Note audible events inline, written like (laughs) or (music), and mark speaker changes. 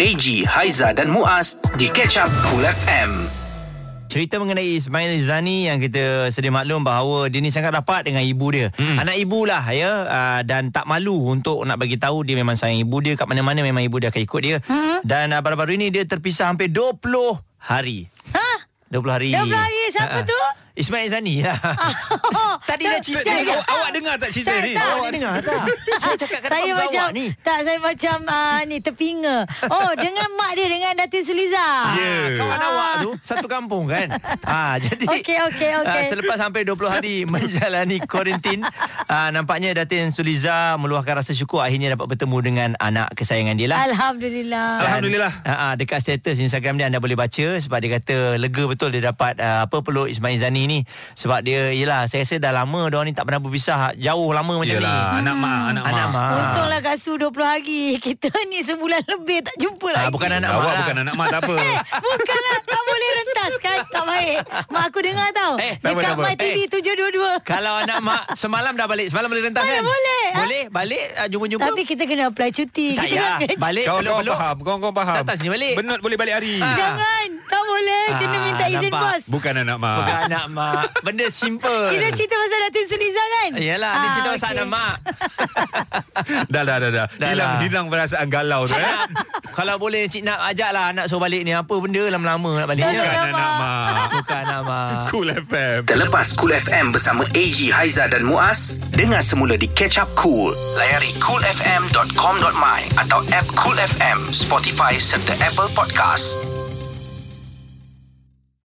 Speaker 1: AG, Haiza dan Muaz di Catch Up Cool FM.
Speaker 2: Cerita mengenai Ismail Zani yang kita sedia maklum bahawa dia ni sangat rapat dengan ibu dia. Hmm. Anak ibulah ya uh, dan tak malu untuk nak bagi tahu dia memang sayang ibu dia kat mana-mana memang ibu dia akan ikut dia. Hmm. Dan uh, baru-baru ini dia terpisah hampir 20 hari.
Speaker 3: Ha?
Speaker 2: 20 hari.
Speaker 3: 20 hari, siapa
Speaker 2: Ha-ha.
Speaker 3: tu?
Speaker 2: Ismail Zani
Speaker 3: (laughs)
Speaker 2: lah. Tadi dah cerita
Speaker 3: Tak,
Speaker 2: ni.
Speaker 3: tak.
Speaker 4: Awak, awak dengar tak cerita
Speaker 3: Saya
Speaker 4: ni?
Speaker 3: tak.
Speaker 2: Awak dengar
Speaker 3: (laughs)
Speaker 2: tak? Saya cakap kat
Speaker 3: saya
Speaker 2: awak
Speaker 3: macam
Speaker 2: ni.
Speaker 3: tak saya macam uh, ni terpinga. Oh, dengan (laughs) mak dia dengan Datin Suliza.
Speaker 4: Ya.
Speaker 2: Ah, Kawan awak tu Satu kampung kan
Speaker 3: (laughs)
Speaker 2: ah, Jadi
Speaker 3: Okey, okey, okey.
Speaker 2: ah, Selepas sampai 20 hari Menjalani
Speaker 3: (laughs)
Speaker 2: kuarantin ah, Nampaknya Datin Suliza Meluahkan rasa syukur Akhirnya dapat bertemu Dengan anak kesayangan dia lah
Speaker 3: Alhamdulillah.
Speaker 2: Dan,
Speaker 4: Alhamdulillah.
Speaker 2: ah, ah, Dekat status Instagram dia Anda boleh baca Sebab dia kata Lega betul dia dapat ah, Apa peluk Ismail Zani ni Sebab dia Yelah saya rasa dah lama Diorang ni tak pernah berpisah Jauh lama macam ni
Speaker 4: Yelah,
Speaker 2: Hmm.
Speaker 4: anak mak, anak,
Speaker 2: Anak
Speaker 4: mak.
Speaker 2: mak
Speaker 3: Untunglah Kak Su 20 hari. (laughs) Kita ni sebulan lebih tak jumpa
Speaker 2: Ah,
Speaker 3: lagi.
Speaker 2: bukan anak mak
Speaker 4: Awak
Speaker 2: lah.
Speaker 4: bukan anak mak tak
Speaker 2: (laughs)
Speaker 4: apa.
Speaker 3: Bukanlah tak boleh rentas kan Tak baik Mak aku dengar tau
Speaker 2: Eh,
Speaker 3: eh,
Speaker 4: tak apa,
Speaker 3: Dekat
Speaker 4: tak apa.
Speaker 3: My TV
Speaker 2: Eh.
Speaker 3: 722
Speaker 2: Kalau anak mak Semalam dah balik Semalam
Speaker 3: (laughs)
Speaker 2: boleh rentas
Speaker 3: Mana
Speaker 2: kan
Speaker 3: boleh, ah?
Speaker 2: Boleh balik ah, Jumpa-jumpa
Speaker 3: Tapi kita kena apply cuti
Speaker 2: Tak
Speaker 3: Kita
Speaker 2: payah
Speaker 3: kena kerja.
Speaker 2: Balik
Speaker 4: Kau kau
Speaker 2: peluk-peluk
Speaker 4: faham, kau kau faham.
Speaker 2: Datang sini balik.
Speaker 4: Benut boleh balik hari.
Speaker 2: Ah.
Speaker 3: Jangan Tak boleh Kena
Speaker 2: Ah,
Speaker 3: minta izin
Speaker 2: nampak.
Speaker 3: bos
Speaker 4: Bukan anak mak.
Speaker 2: Bukan anak mak Benda simple
Speaker 3: Kita cerita pasal Datin Seliza kan
Speaker 2: Yalah Ni cerita pasal
Speaker 3: okey.
Speaker 2: anak
Speaker 3: (laughs)
Speaker 2: mak
Speaker 4: dah, dah, dah, dah.
Speaker 2: Dah
Speaker 4: hilang,
Speaker 2: lah.
Speaker 4: hilang perasaan galau tu. Eh?
Speaker 2: Nak- Kalau boleh Cik nak ajak lah Anak suruh balik ni Apa benda lama-lama nak baliknya
Speaker 4: Bukan
Speaker 3: Jangan.
Speaker 4: anak mak.
Speaker 2: Bukan anak mak
Speaker 4: Cool FM.
Speaker 1: Terlepas Cool FM bersama AG, Haiza dan Muaz, dengar semula di Catch Up Cool. Layari coolfm.com.my atau app Cool FM, Spotify serta Apple Podcast.